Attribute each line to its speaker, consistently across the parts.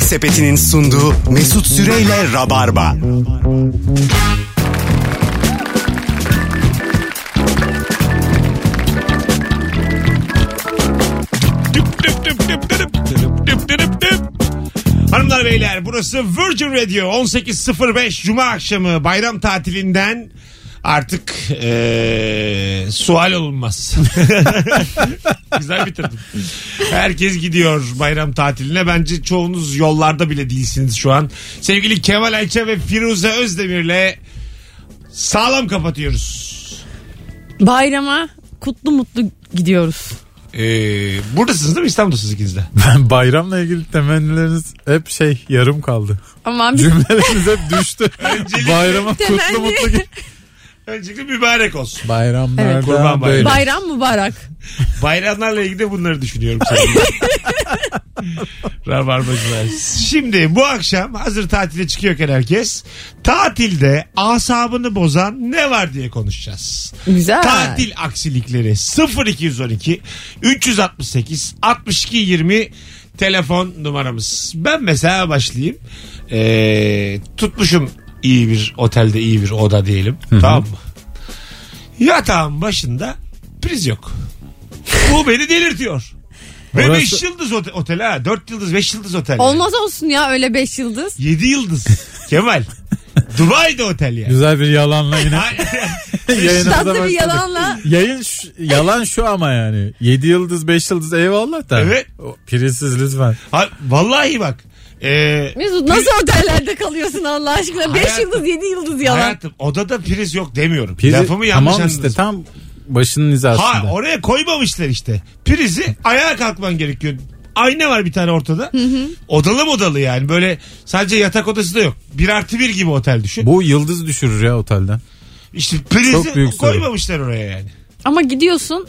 Speaker 1: Sepeti'nin sunduğu Mesut Süreyle Rabarba.
Speaker 2: Düp düp düp düp düp düp düp düp düp. Hanımlar beyler burası Virgin Radio 18.05 Cuma akşamı bayram tatilinden artık eee, sual olunmaz. Güzel bitirdim. Herkes gidiyor bayram tatiline. Bence çoğunuz yollarda bile değilsiniz şu an. Sevgili Kemal Ayça ve Firuze Özdemir'le sağlam kapatıyoruz.
Speaker 3: Bayrama kutlu mutlu gidiyoruz.
Speaker 2: Ee, buradasınız değil mi? İstanbul'dasınız ikiniz de.
Speaker 4: Ben bayramla ilgili temennileriniz hep şey yarım kaldı.
Speaker 3: Aman biz
Speaker 4: Cümleleriniz hep düştü. Bayrama
Speaker 3: Temenni.
Speaker 4: kutlu mutlu git.
Speaker 2: Öncelikle mübarek olsun.
Speaker 4: Bayramlardan
Speaker 3: Evet.
Speaker 2: Kurban bayramı.
Speaker 4: böyle.
Speaker 3: bayram mübarek.
Speaker 2: Bayramlarla ilgili de bunları düşünüyorum sanırım. Rabarbacılar. Şimdi bu akşam hazır tatile çıkıyorken herkes tatilde asabını bozan ne var diye konuşacağız.
Speaker 3: Güzel.
Speaker 2: Tatil aksilikleri 0212 368 62 20 telefon numaramız. Ben mesela başlayayım. Ee, tutmuşum iyi bir otelde iyi bir oda diyelim. Tamam mı? Yatağın başında priz yok. Bu beni delirtiyor. Ve
Speaker 4: Orası-
Speaker 2: 5 yıldız ote- otel ha. 4 yıldız 5 yıldız otel.
Speaker 3: Olmaz olsun ya öyle 5 yıldız.
Speaker 2: 7 yıldız. Kemal. Dubai'de otel yani.
Speaker 4: Güzel bir yalanla yine yayınımıza
Speaker 3: Tatlı bir
Speaker 4: başladık.
Speaker 3: yalanla.
Speaker 4: Yayın şu- yalan şu ama yani. 7 yıldız 5 yıldız eyvallah da.
Speaker 2: Evet.
Speaker 4: O, Prizsiz lütfen.
Speaker 2: ha, vallahi bak. Ee,
Speaker 3: Mesut nasıl otellerde kalıyorsun Allah aşkına? 5
Speaker 2: Hayatım-
Speaker 3: yıldız 7 yıldız yalan.
Speaker 2: Hayatım odada priz yok demiyorum.
Speaker 4: Priz-
Speaker 2: Lafımı yanlış
Speaker 4: tamam
Speaker 2: anladınız.
Speaker 4: işte tam başının hizasında.
Speaker 2: Ha oraya koymamışlar işte. Prizi ayağa kalkman gerekiyor. Ayna var bir tane ortada. Odalı modalı yani. Böyle sadece yatak odası da yok. Bir artı bir gibi otel düşün.
Speaker 4: Bu yıldız düşürür ya otelden.
Speaker 2: işte
Speaker 4: çok büyük
Speaker 2: prizi
Speaker 4: sorun.
Speaker 2: koymamışlar oraya yani.
Speaker 3: Ama gidiyorsun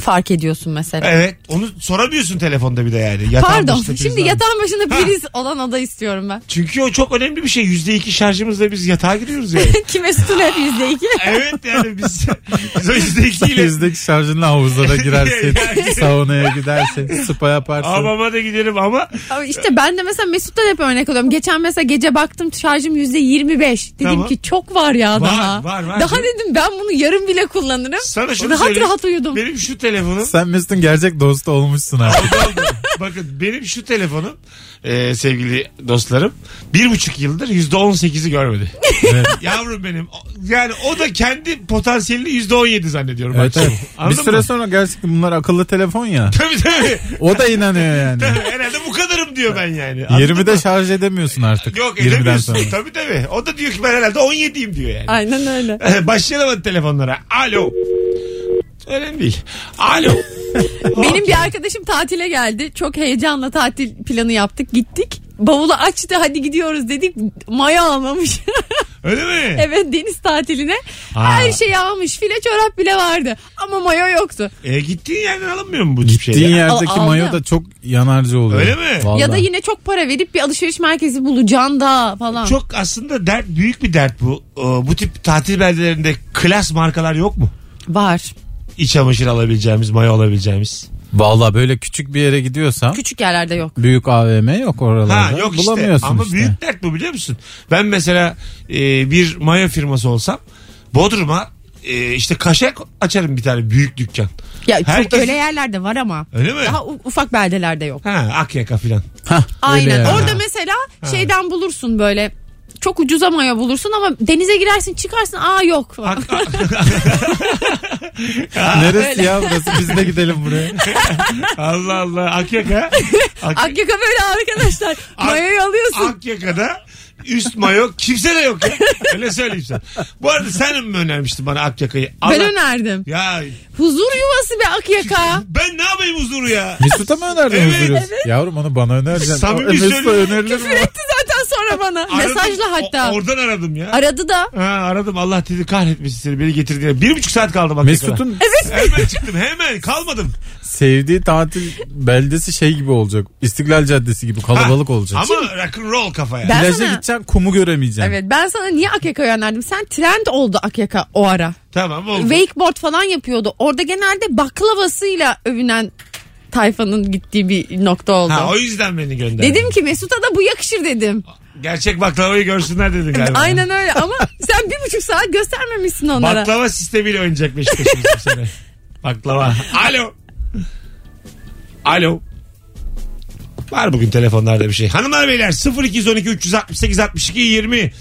Speaker 3: fark ediyorsun mesela.
Speaker 2: Evet. Onu soramıyorsun telefonda bir de yani. Yatağın
Speaker 3: Pardon
Speaker 2: başında priz
Speaker 3: şimdi
Speaker 2: var mı?
Speaker 3: yatağın başında
Speaker 2: Ha.
Speaker 3: priz olan oda istiyorum ben.
Speaker 2: Çünkü o çok önemli bir şey. Yüzde iki şarjımızla biz yatağa giriyoruz yani.
Speaker 3: Ki Mesut'un hep %2.
Speaker 2: evet yani biz, biz o yüzde ikiyle
Speaker 4: Bizdeki şarjınla havuzlara girersin. saunaya gidersin. Spa yaparsın.
Speaker 2: hamama da giderim ama
Speaker 3: Ama işte ben de mesela Mesut'tan hep örnek alıyorum. Geçen mesela gece baktım şarjım %25. Dedim
Speaker 2: Tamam.
Speaker 3: ki çok var ya
Speaker 2: Var,
Speaker 3: daha.
Speaker 2: var, var.
Speaker 3: Daha dedim ben bunu yarın bile kullanırım.
Speaker 2: sana şunu
Speaker 3: rahat
Speaker 2: söyleyeyim.
Speaker 3: rahat uyudum.
Speaker 2: Benim şu telefonum
Speaker 4: Sen Mesut'un gerçek dostu olmuşsun artık.
Speaker 2: Bakın benim şu telefonum e, sevgili dostlarım bir buçuk yıldır yüzde on sekizi görmedi. Yavrum benim. O- Yani o da kendi potansiyelini yüzde on yedi zannediyorum.
Speaker 4: Evet,
Speaker 2: akşam.
Speaker 4: evet. Bir
Speaker 2: Anladın
Speaker 4: süre
Speaker 2: mı?
Speaker 4: sonra gerçekten bunlar akıllı telefon ya.
Speaker 2: Tabii tabii.
Speaker 4: O da inanıyor yani.
Speaker 2: Tabii, Herhalde bu kadarım diyor ben yani. Anladın
Speaker 4: 20'de
Speaker 2: mı?
Speaker 4: şarj edemiyorsun artık.
Speaker 2: Yok
Speaker 4: 20'den
Speaker 2: edemiyorsun.
Speaker 4: sonra.
Speaker 2: Tabii tabii. O da diyor ki ben herhalde 17'yim diyor yani.
Speaker 3: Aynen öyle.
Speaker 2: Başlayalım hadi telefonlara. Alo. Önemli değil. Alo.
Speaker 3: Benim bir arkadaşım tatile geldi. Çok heyecanla tatil planı yaptık. Gittik. Bavulu açtı hadi gidiyoruz dedik. Maya almamış.
Speaker 2: Öyle mi?
Speaker 3: evet deniz tatiline.
Speaker 2: Ha.
Speaker 3: Her şeyi almış. File çorap bile vardı. Ama maya yoktu.
Speaker 2: E, gittiğin yerden alınmıyor mu bu tip şeyler?
Speaker 4: Gittiğin yerdeki
Speaker 3: Al- aldı.
Speaker 4: mayo da çok yanarcı oluyor.
Speaker 2: şey Öyle mi?
Speaker 4: Vallahi.
Speaker 3: Ya da yine çok para verip bir alışveriş merkezi bulacaksın da falan.
Speaker 2: Çok aslında dert büyük bir dert bu. Ee, bu tip tatil beldelerinde klas markalar yok mu?
Speaker 3: Var.
Speaker 2: İç çamaşır alabileceğimiz, maya alabileceğimiz.
Speaker 4: Vallahi böyle küçük bir yere gidiyorsam
Speaker 3: Küçük yerlerde yok.
Speaker 4: büyük AVM yok
Speaker 2: Ha
Speaker 4: oralarda.
Speaker 2: yok işte.
Speaker 4: Bulamıyorsun
Speaker 2: Ama
Speaker 4: işte.
Speaker 2: büyük dert bu biliyor musun? Ben mesela e, bir maya firması olsam Bodrum'a e, işte kaşak açarım bir tane büyük dükkan.
Speaker 3: Ya çok
Speaker 2: Herkes-
Speaker 3: öyle yerlerde var ama.
Speaker 2: Öyle mi?
Speaker 3: Daha u- ufak beldelerde yok.
Speaker 2: Ha Akyaka filan.
Speaker 4: Hah, öyle
Speaker 3: Aynen.
Speaker 4: yani.
Speaker 3: Orada mesela şeyden bulursun böyle çok ucuza maya bulursun ama denize girersin çıkarsın aa yok.
Speaker 2: Ak- a-
Speaker 4: Neresi
Speaker 3: Öyle.
Speaker 4: ya burası? Biz de gidelim buraya.
Speaker 2: Allah Allah Akyaka. Ak-
Speaker 3: Akyaka böyle arkadaşlar. Mayayı alıyorsun.
Speaker 2: Akyaka'da üst mayo kimse de yok ya. Öyle söyleyeyim sana. Bu arada sen mi önermiştin bana Akyaka'yı?
Speaker 3: Ben
Speaker 2: Allah-
Speaker 3: önerdim.
Speaker 2: Ya
Speaker 3: Huzur yuvası bir Akyaka.
Speaker 2: ben ne yapayım huzuru ya?
Speaker 4: Mesut'a mı önerdin
Speaker 2: Evet.
Speaker 4: huzuru? Yavrum onu bana önereceksin.
Speaker 2: Samimi
Speaker 4: O- Mesut'a
Speaker 2: söylüyorum.
Speaker 4: önerilir
Speaker 3: Küfür
Speaker 4: mi?
Speaker 3: etti zaten sonra bana.
Speaker 2: Aradım,
Speaker 3: Mesajla hatta.
Speaker 2: o- oradan aradım ya.
Speaker 3: Aradı da.
Speaker 2: ha, aradım Allah dedi kahretmiş seni beni getirdi. diye. Bir buçuk saat kaldım. hakikaten.
Speaker 4: Mesut'un
Speaker 2: Hemen çıktım hemen kalmadım.
Speaker 4: sevdiği tatil beldesi şey gibi olacak. İstiklal Caddesi gibi kalabalık olacak.
Speaker 2: Ama rock'n'roll kafaya.
Speaker 3: Ben
Speaker 4: Plaja
Speaker 3: sana-
Speaker 4: gideceksin kumu göremeyeceksin.
Speaker 3: Evet ben sana niye Akyaka'yı önerdim? Sen trend oldu Akyaka o ara.
Speaker 2: Tamam oldu.
Speaker 3: Wakeboard falan yapıyordu. Orada genelde baklavasıyla övünen tayfanın gittiği bir nokta oldu.
Speaker 2: Ha, o yüzden beni gönderdin.
Speaker 3: Dedim ki Mesut'a da bu yakışır dedim.
Speaker 2: Gerçek baklavayı görsünler dedin galiba.
Speaker 3: Aynen öyle ama sen bir buçuk saat göstermemişsin onlara.
Speaker 2: Baklava sistemiyle oynayacak Beşiktaş'ın bu sene. Baklava. Alo. Alo. Var bugün telefonlarda bir şey. Hanımlar beyler 0212 368 62 20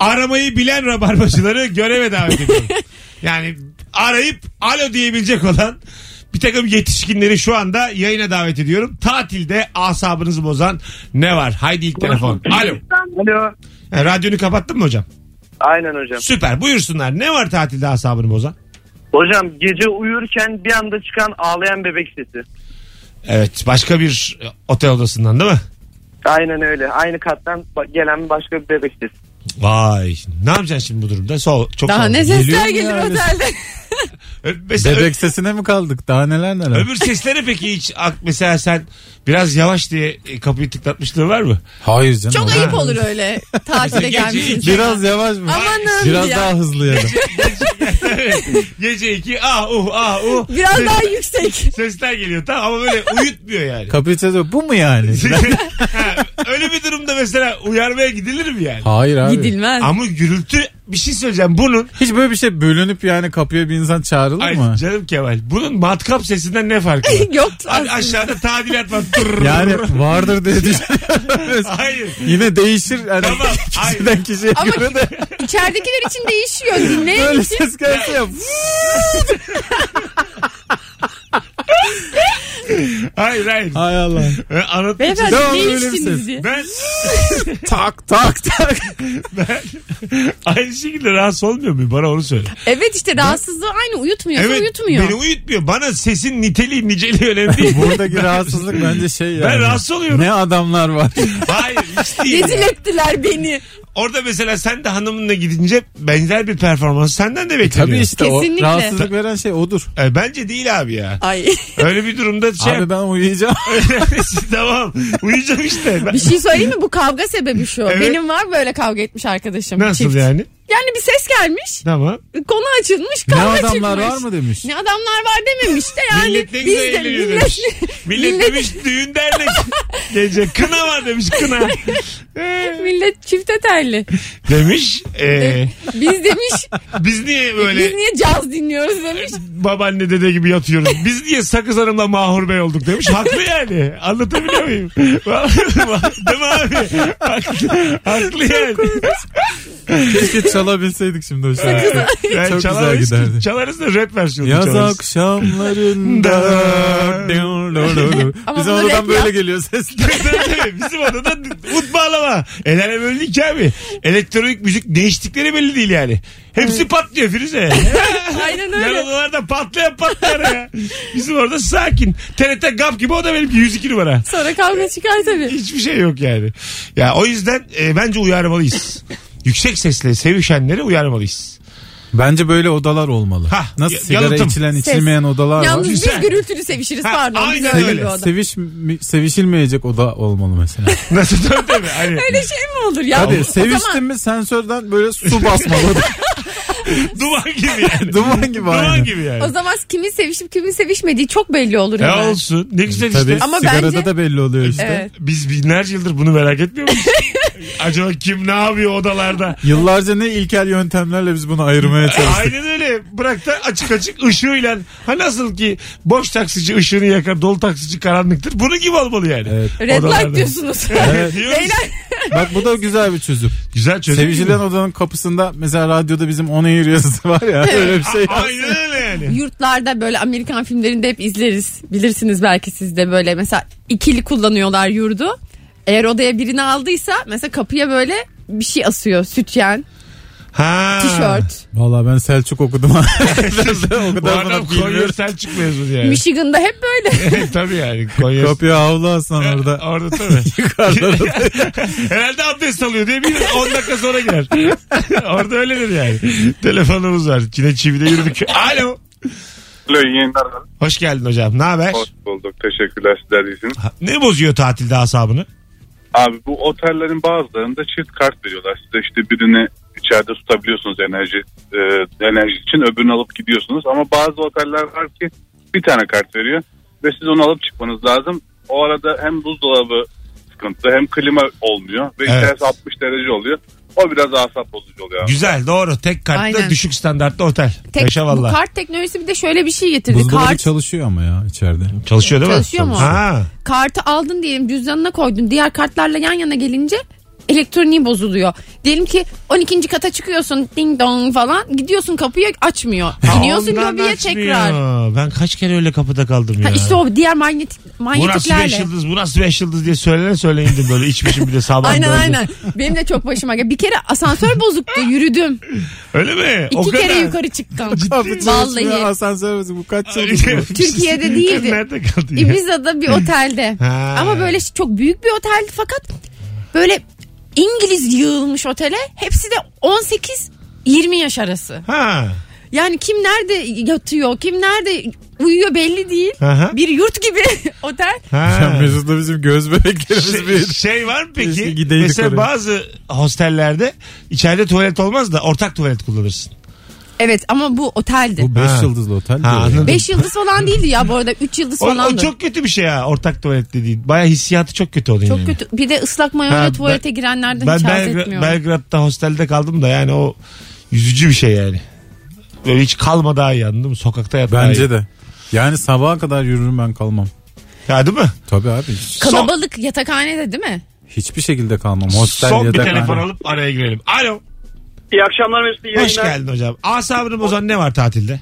Speaker 2: aramayı bilen rabarbacıları göreve davet ediyorum. Yani arayıp alo diyebilecek olan bir takım yetişkinleri şu anda yayına davet ediyorum. Tatilde asabınızı bozan ne var? Haydi ilk telefon. Alo.
Speaker 5: Alo.
Speaker 2: E, radyonu kapattın mı hocam?
Speaker 5: Aynen hocam.
Speaker 2: Süper. Buyursunlar. Ne var tatilde asabını bozan?
Speaker 5: Hocam gece uyurken bir anda çıkan ağlayan bebek sesi.
Speaker 2: Evet başka bir e, otel odasından değil mi?
Speaker 5: Aynen öyle. Aynı kattan ba- gelen başka bir bebek sesi.
Speaker 2: Vay ne yapacaksın şimdi bu durumda? Sol, çok
Speaker 3: Daha
Speaker 2: sol.
Speaker 3: ne
Speaker 4: Geliyor
Speaker 3: sesler
Speaker 4: mu
Speaker 3: gelir
Speaker 4: yani?
Speaker 3: otelde.
Speaker 2: Ö- Mesela
Speaker 4: Bebek sesine mi kaldık? Daha neler
Speaker 2: ö-
Speaker 4: neler.
Speaker 2: öbür seslere peki hiç ak- mesela sen biraz yavaş diye e, kapıyı tıklatmışlığın var mı?
Speaker 4: Hayır canım.
Speaker 3: Çok
Speaker 4: Ha.
Speaker 3: ayıp olur öyle tatile
Speaker 2: Gece-
Speaker 3: gelmişsin.
Speaker 4: Biraz yavaş mı?
Speaker 3: Amanın
Speaker 4: Biraz
Speaker 3: ya.
Speaker 4: daha hızlı ya da.
Speaker 2: Gece iki ah uh ah uh.
Speaker 3: Biraz daha yüksek.
Speaker 2: Sesler geliyor tamam ama böyle uyutmuyor yani.
Speaker 4: Kapıyı çalıyor. Bu mu yani?
Speaker 2: Ha, Öyle bir durumda mesela uyarmaya gidilir mi yani?
Speaker 4: Hayır abi.
Speaker 3: Gidilmez.
Speaker 2: Ama gürültü bir şey söyleyeceğim bunun.
Speaker 4: Hiç böyle bir şey bölünüp yani kapıya bir insan çağrılır
Speaker 2: Ay
Speaker 4: mı?
Speaker 2: canım Kemal bunun matkap sesinden ne farkı var?
Speaker 3: Yoktur
Speaker 2: A-
Speaker 3: aslında.
Speaker 2: aşağıda tadilat var. Tırr.
Speaker 4: Yani vardır diye düşünüyoruz.
Speaker 2: Hayır.
Speaker 4: Yine değişir. Yani
Speaker 2: Tamam, hayır.
Speaker 4: kişiden kişiye
Speaker 3: Ama
Speaker 4: göre de
Speaker 3: İçeridekiler için değişiyor. Dinleyen
Speaker 4: böyle
Speaker 3: için
Speaker 4: ses gelse yap.
Speaker 2: Hayır hayır.
Speaker 4: Hay Allah.
Speaker 2: Ben anlatmak için-
Speaker 3: Beyefendi
Speaker 4: Tamam,
Speaker 3: ne
Speaker 4: öyle bir
Speaker 3: içtiniz
Speaker 4: ses.
Speaker 3: diye.
Speaker 2: Ben
Speaker 4: tak tak tak.
Speaker 2: aynı şekilde rahatsız olmuyor muyum? Bana onu söyle.
Speaker 3: Evet işte rahatsızlığı aynı uyutmuyorsa uyutmuyor.
Speaker 2: beni uyutmuyor. Bana sesin niteliği niceliği önemli değil.
Speaker 4: Buradaki rahatsızlık bence şey yani.
Speaker 2: rahatsız oluyorum.
Speaker 4: Ne adamlar var.
Speaker 2: Hayır hiç değil.
Speaker 3: Rezil ettiler beni.
Speaker 2: Orada mesela sen de hanımınla gidince benzer bir performans senden de bekleniyor.
Speaker 4: E, Tabii işte
Speaker 3: Kesinlikle.
Speaker 4: o rahatsızlık veren şey odur.
Speaker 2: E, bence değil abi ya.
Speaker 3: Ay.
Speaker 2: Öyle bir durumda şey
Speaker 4: Abi ben uyuyacağım.
Speaker 2: tamam uyuyacağım işte. Ben-
Speaker 3: Bir şey söyleyeyim mi? Bu kavga sebebi şu.
Speaker 2: Evet.
Speaker 3: Benim var böyle kavga etmiş arkadaşım.
Speaker 2: Nasıl
Speaker 3: çift.
Speaker 2: yani?
Speaker 3: Yani bir ses gelmiş.
Speaker 2: Tamam.
Speaker 3: Konu açılmış.
Speaker 4: ne
Speaker 3: Kavga
Speaker 4: adamlar
Speaker 3: çıkmış.
Speaker 4: var mı demiş.
Speaker 3: Ne adamlar var dememiş de yani.
Speaker 2: millet ne
Speaker 3: biz
Speaker 2: güzel
Speaker 3: de-
Speaker 2: eğleniyor
Speaker 3: millet-
Speaker 2: demiş. Millet,
Speaker 3: millet-
Speaker 2: demiş düğün dernek. Gece kına var demiş kına. Ee,
Speaker 3: Millet çifte terli.
Speaker 2: demiş. e,
Speaker 3: Biz demiş
Speaker 2: biz niye böyle
Speaker 3: biz niye caz dinliyoruz demiş.
Speaker 2: babaanne dede gibi yatıyoruz. Biz niye Sakız Hanım'la Mahur Bey olduk demiş. Haklı yani. Anlatabiliyor muyum? Değil mi abi? Haklı, haklı yani.
Speaker 4: Keşke çalabilseydik şimdi o şarkıyı.
Speaker 2: yani
Speaker 4: Çok güzel
Speaker 2: çalamayız ki.
Speaker 4: giderdi.
Speaker 2: Çalarız da rap versiyonu
Speaker 4: Yaz
Speaker 2: çalarız.
Speaker 4: akşamlarında.
Speaker 3: Ama
Speaker 4: Bizim
Speaker 3: bunu
Speaker 4: odadan
Speaker 3: rap
Speaker 4: böyle
Speaker 3: yap.
Speaker 4: geliyor ses.
Speaker 2: Tabii, tabii. Bizim odada ut bağlama. El alem öyle değil ki abi. Elektronik müzik değiştikleri belli değil yani. Hepsi patlıyor Firuze.
Speaker 3: Aynen
Speaker 2: Yan
Speaker 3: öyle.
Speaker 2: odalarda patlayan patlar ya. Bizim orada sakin. TRT GAP gibi o da benimki 102 numara.
Speaker 3: Sonra kavga çıkar tabii.
Speaker 2: Hiçbir şey yok yani. Ya o yüzden e, bence uyarmalıyız. Yüksek sesle sevişenleri uyarmalıyız.
Speaker 4: Bence böyle odalar olmalı.
Speaker 2: Hah,
Speaker 4: Nasıl
Speaker 2: y-
Speaker 4: sigara
Speaker 2: yalıtım.
Speaker 4: içilen
Speaker 3: Ses.
Speaker 4: içilmeyen odalar
Speaker 3: Yalnız
Speaker 4: var.
Speaker 2: Güzel.
Speaker 3: biz gürültülü sevişiriz
Speaker 2: Ha,
Speaker 3: pardon. Biz
Speaker 2: aynen
Speaker 3: öyle
Speaker 2: öyle.
Speaker 3: bir oda.
Speaker 4: Seviş, mi- sevişilmeyecek oda olmalı mesela.
Speaker 2: Nasıl tabii tabii. Hani,
Speaker 3: Öyle şey mi olur ya?
Speaker 4: Hadi
Speaker 3: O
Speaker 4: seviştin
Speaker 3: zaman
Speaker 4: mi sensörden böyle su basmalı.
Speaker 2: duman gibi yani.
Speaker 4: Duman gibi
Speaker 2: Duman
Speaker 4: aynı.
Speaker 2: gibi yani.
Speaker 3: o zaman kimin sevişip kimin sevişmediği çok belli olur
Speaker 2: E
Speaker 3: hemen.
Speaker 2: olsun. Ne güzel
Speaker 4: Tabii
Speaker 2: işte.
Speaker 3: Ama
Speaker 4: sigarada
Speaker 3: bence-
Speaker 4: da belli oluyor işte.
Speaker 3: Evet.
Speaker 2: Biz binlerce yıldır bunu merak etmiyor muyuz? Acaba kim ne yapıyor odalarda?
Speaker 4: Yıllarca ne ilkel yöntemlerle biz bunu ayırmaya çalıştık.
Speaker 2: Aynen öyle. Bırak da açık açık ışığıyla. Ha nasıl ki boş taksici ışığını yakar, dolu taksici karanlıktır. Bunun gibi olmalı yani.
Speaker 4: Evet.
Speaker 3: Red
Speaker 2: Odalarda.
Speaker 3: light diyorsunuz.
Speaker 4: Evet.
Speaker 2: Diyoruz.
Speaker 3: Beyler
Speaker 4: Bak bu da güzel bir çözüm.
Speaker 2: Güzel çözüm.
Speaker 4: Sevişilen odanın kapısında mesela radyoda bizim on air yazısı var ya öyle bir şey.
Speaker 2: A- Aynen öyle yani.
Speaker 3: yurtlarda böyle Amerikan filmlerinde hep izleriz. Bilirsiniz belki siz de böyle mesela ikili kullanıyorlar yurdu. Eğer odaya birini aldıysa mesela kapıya böyle bir şey asıyor. Sütyen,
Speaker 2: Ha.
Speaker 3: tişört.
Speaker 4: Vallahi ben Selçuk okudum. ben o
Speaker 2: Bu
Speaker 4: kadar
Speaker 2: adam
Speaker 4: bunu
Speaker 2: Konya
Speaker 4: bilmiyorum.
Speaker 2: Selçuk mezunu yani.
Speaker 3: Michigan'da hep böyle.
Speaker 2: tabii yani. Konya
Speaker 4: Kapıya havlu aslan orada.
Speaker 2: Orada tabii.
Speaker 4: Yukarıda da-
Speaker 2: Herhalde abdest alıyor diye bir 10 dakika sonra girer. Orada öyledir yani. Telefonumuz var. Çile çivide yürüdük. Alo.
Speaker 6: Alo iyi yayınlar. abi.
Speaker 2: Hoş geldin hocam. Ne haber?
Speaker 6: Hoş bulduk. Teşekkürler sizler iyisiniz.
Speaker 2: Ha, Ne bozuyor tatilde asabını?
Speaker 6: Abi bu otellerin bazılarında çift kart veriyorlar. Size işte birini içeride tutabiliyorsunuz enerji e, enerji için öbürünü alıp gidiyorsunuz. Ama bazı oteller var ki bir tane kart veriyor. ve siz onu alıp çıkmanız lazım. O arada hem buzdolabı sıkıntı hem klima olmuyor ve
Speaker 2: Evet.
Speaker 6: içerisi 60 derece oluyor. O biraz asap bozucu oluyor.
Speaker 2: Güzel doğru. Tek kartta
Speaker 3: Aynen.
Speaker 2: düşük standartlı otel.
Speaker 3: Tek,
Speaker 2: Yaşa
Speaker 3: bu
Speaker 2: valla.
Speaker 3: kart teknolojisi bir de şöyle bir şey getirdi.
Speaker 4: Buzdolabı
Speaker 3: Kart,
Speaker 4: çalışıyor ama ya içeride.
Speaker 2: Çalışıyor değil mi?
Speaker 3: Çalışıyor mu?
Speaker 2: Ha.
Speaker 3: kartı aldın diyelim cüzdanına koydun. Diğer kartlarla yan yana gelince elektroniği bozuluyor. Diyelim ki 12. kata çıkıyorsun ding dong falan gidiyorsun kapıyı açmıyor. Gidiyorsun
Speaker 2: Ondan
Speaker 3: lobiye
Speaker 2: açmıyor.
Speaker 3: tekrar.
Speaker 2: Ben kaç kere öyle kapıda kaldım ya.
Speaker 3: Ha işte o diğer manyetik
Speaker 2: bu nasıl beş
Speaker 3: manyetiklerle.
Speaker 2: yıldız bu nasıl beş yıldız diye söylene söyleyin de böyle içmişim bir de sabah
Speaker 3: Aynen
Speaker 2: dördü.
Speaker 3: aynen. Benim de çok başıma geldi. Bir kere asansör bozuktu yürüdüm.
Speaker 2: Öyle mi?
Speaker 3: İki kere yukarı çıktım.
Speaker 4: çalışmıyor,
Speaker 3: Vallahi.
Speaker 4: Asansör bizi bu kaç çalışıyor.
Speaker 3: Türkiye'de değildi. E,
Speaker 2: Nerede kaldı ya?
Speaker 3: Ibiza'da bir otelde.
Speaker 2: Ha.
Speaker 3: Ama böyle çok büyük bir oteldi fakat böyle İngiliz yığılmış otele. Hepsi de 18 20 yaş arası.
Speaker 2: Ha.
Speaker 3: Yani kim nerede yatıyor, kim nerede uyuyor belli değil.
Speaker 2: Aha.
Speaker 3: Bir yurt gibi otel.
Speaker 2: Ha.
Speaker 4: Ya Mesut'la bizim göz bebeklerimiz
Speaker 2: Şey,
Speaker 4: bir.
Speaker 2: şey var mı
Speaker 4: Keşke
Speaker 2: peki?
Speaker 4: gideydik
Speaker 2: Mesela
Speaker 4: oraya.
Speaker 2: bazı hostellerde içeride tuvalet olmaz da ortak tuvalet kullanırsın.
Speaker 3: Evet ama bu oteldi.
Speaker 4: Bu 5
Speaker 2: Ha.
Speaker 4: yıldızlı otel
Speaker 2: Ha,
Speaker 4: diyor.
Speaker 2: anladım.
Speaker 3: 5 yıldız falan değildi ya bu arada 3 yıldız
Speaker 2: O,
Speaker 3: falandı.
Speaker 2: o çok kötü bir şey ha ortak tuvalet dediğin. Baya hissiyatı çok kötü oluyor.
Speaker 3: Çok
Speaker 2: yani.
Speaker 3: kötü. Bir de ıslak
Speaker 2: Ha, ben-
Speaker 3: mayoyla tuvalete girenlerden
Speaker 2: Ben
Speaker 3: hiç haz
Speaker 2: Belgra-
Speaker 3: etmiyorum.
Speaker 2: Belgrad'da hostelde kaldım da yani o yüzücü bir şey yani. Böyle hiç kalma daha iyi anladın mı? Sokakta yat daha iyi.
Speaker 4: Bence de. Yani sabaha kadar yürürüm ben kalmam.
Speaker 2: Ya değil mi?
Speaker 4: Tabii abi. hiç-
Speaker 3: Kalabalık yatakhanede değil mi?
Speaker 4: Hiçbir şekilde kalmam. Hostel
Speaker 2: Son bir
Speaker 4: yatakhane.
Speaker 2: telefon alıp araya girelim. Alo.
Speaker 7: İyi akşamlar Mesut. iyi
Speaker 2: Hoş
Speaker 7: yayınlar.
Speaker 2: geldin hocam. Asabını bozan ne var tatilde?